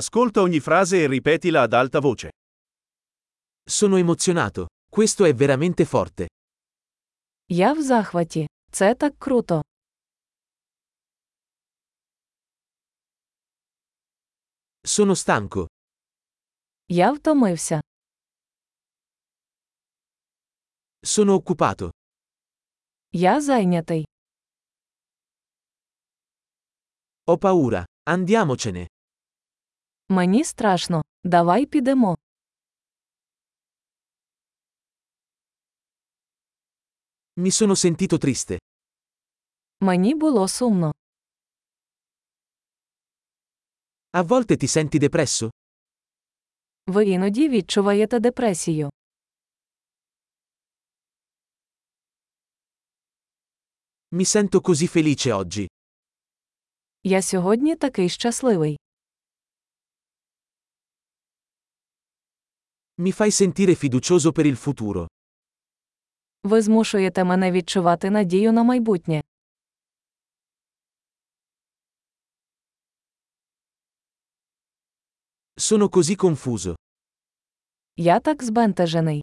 Ascolta ogni frase e ripetila ad alta voce. Sono emozionato. Questo è veramente forte. Я в захваті. Це так круто. Sono stanco. Я втомився. Sono occupato. Я зайнятий. Ho paura. Andiamocene. Мені страшно. Давай підемо. Mi sono sentito triste. Мені було сумно. A volte ti senti depresso? Ви іноді відчуваєте депресію. Mi sento così felice oggi. Я сьогодні такий щасливий. Mi fai sentire fiducioso per il futuro. Ви змушуєте мене відчувати надію на майбутнє. Sono così confuso. Я так збентежений.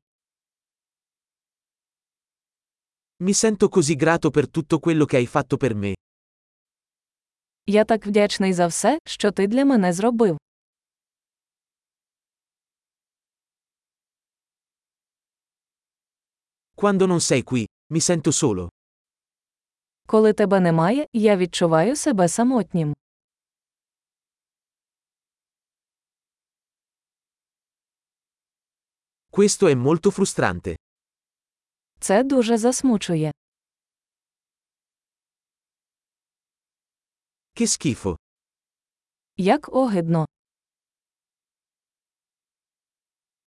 Mi sento così grato per tutto quello che hai fatto per me. Я так вдячний за все, що ти для мене зробив. Quando non sei qui, mi sento solo. Коли тебе немає, я відчуваю себе самотнім. Questo è molto frustrante. Це дуже засмучує. Che schifo. Як огидно.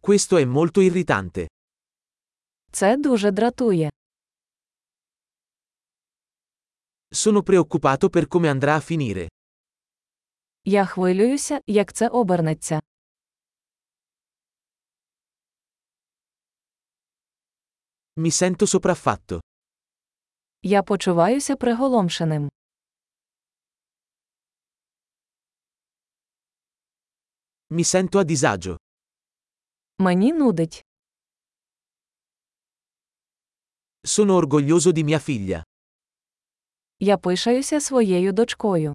Questo è molto irritante. Це дуже дратує. Sono preoccupato per come andrà a finire. Я хвилююся, як це обернеться. Mi sento sopraffatto. Я почуваюся приголомшеним. Mi sento a disagio. Мені нудить. Sono orgoglioso di mia figlia. Я пишаюся своєю дочкою.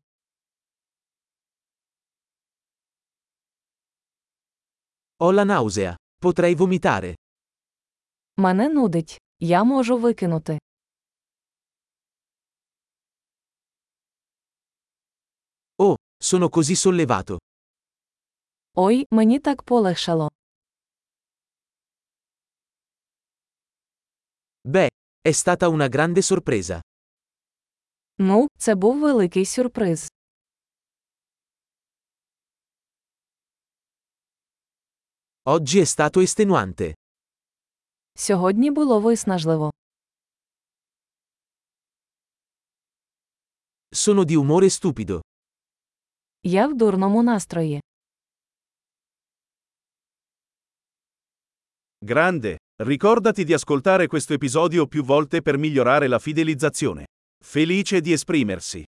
Ho la nausea. Potrei vomitare. Мене нудить. Я можу викинути. Sono così sollevato. Ой, мені так полегшало. Beh, è stata una grande sorpresa. Ну, це був великий сюрприз. Oggi è stato estenuante. Сьогодні було виснажливо. Sono di umore stupido. Я в дурному настрої. Grande. Ricordati di ascoltare questo episodio più volte per migliorare la fidelizzazione. Felice di esprimersi.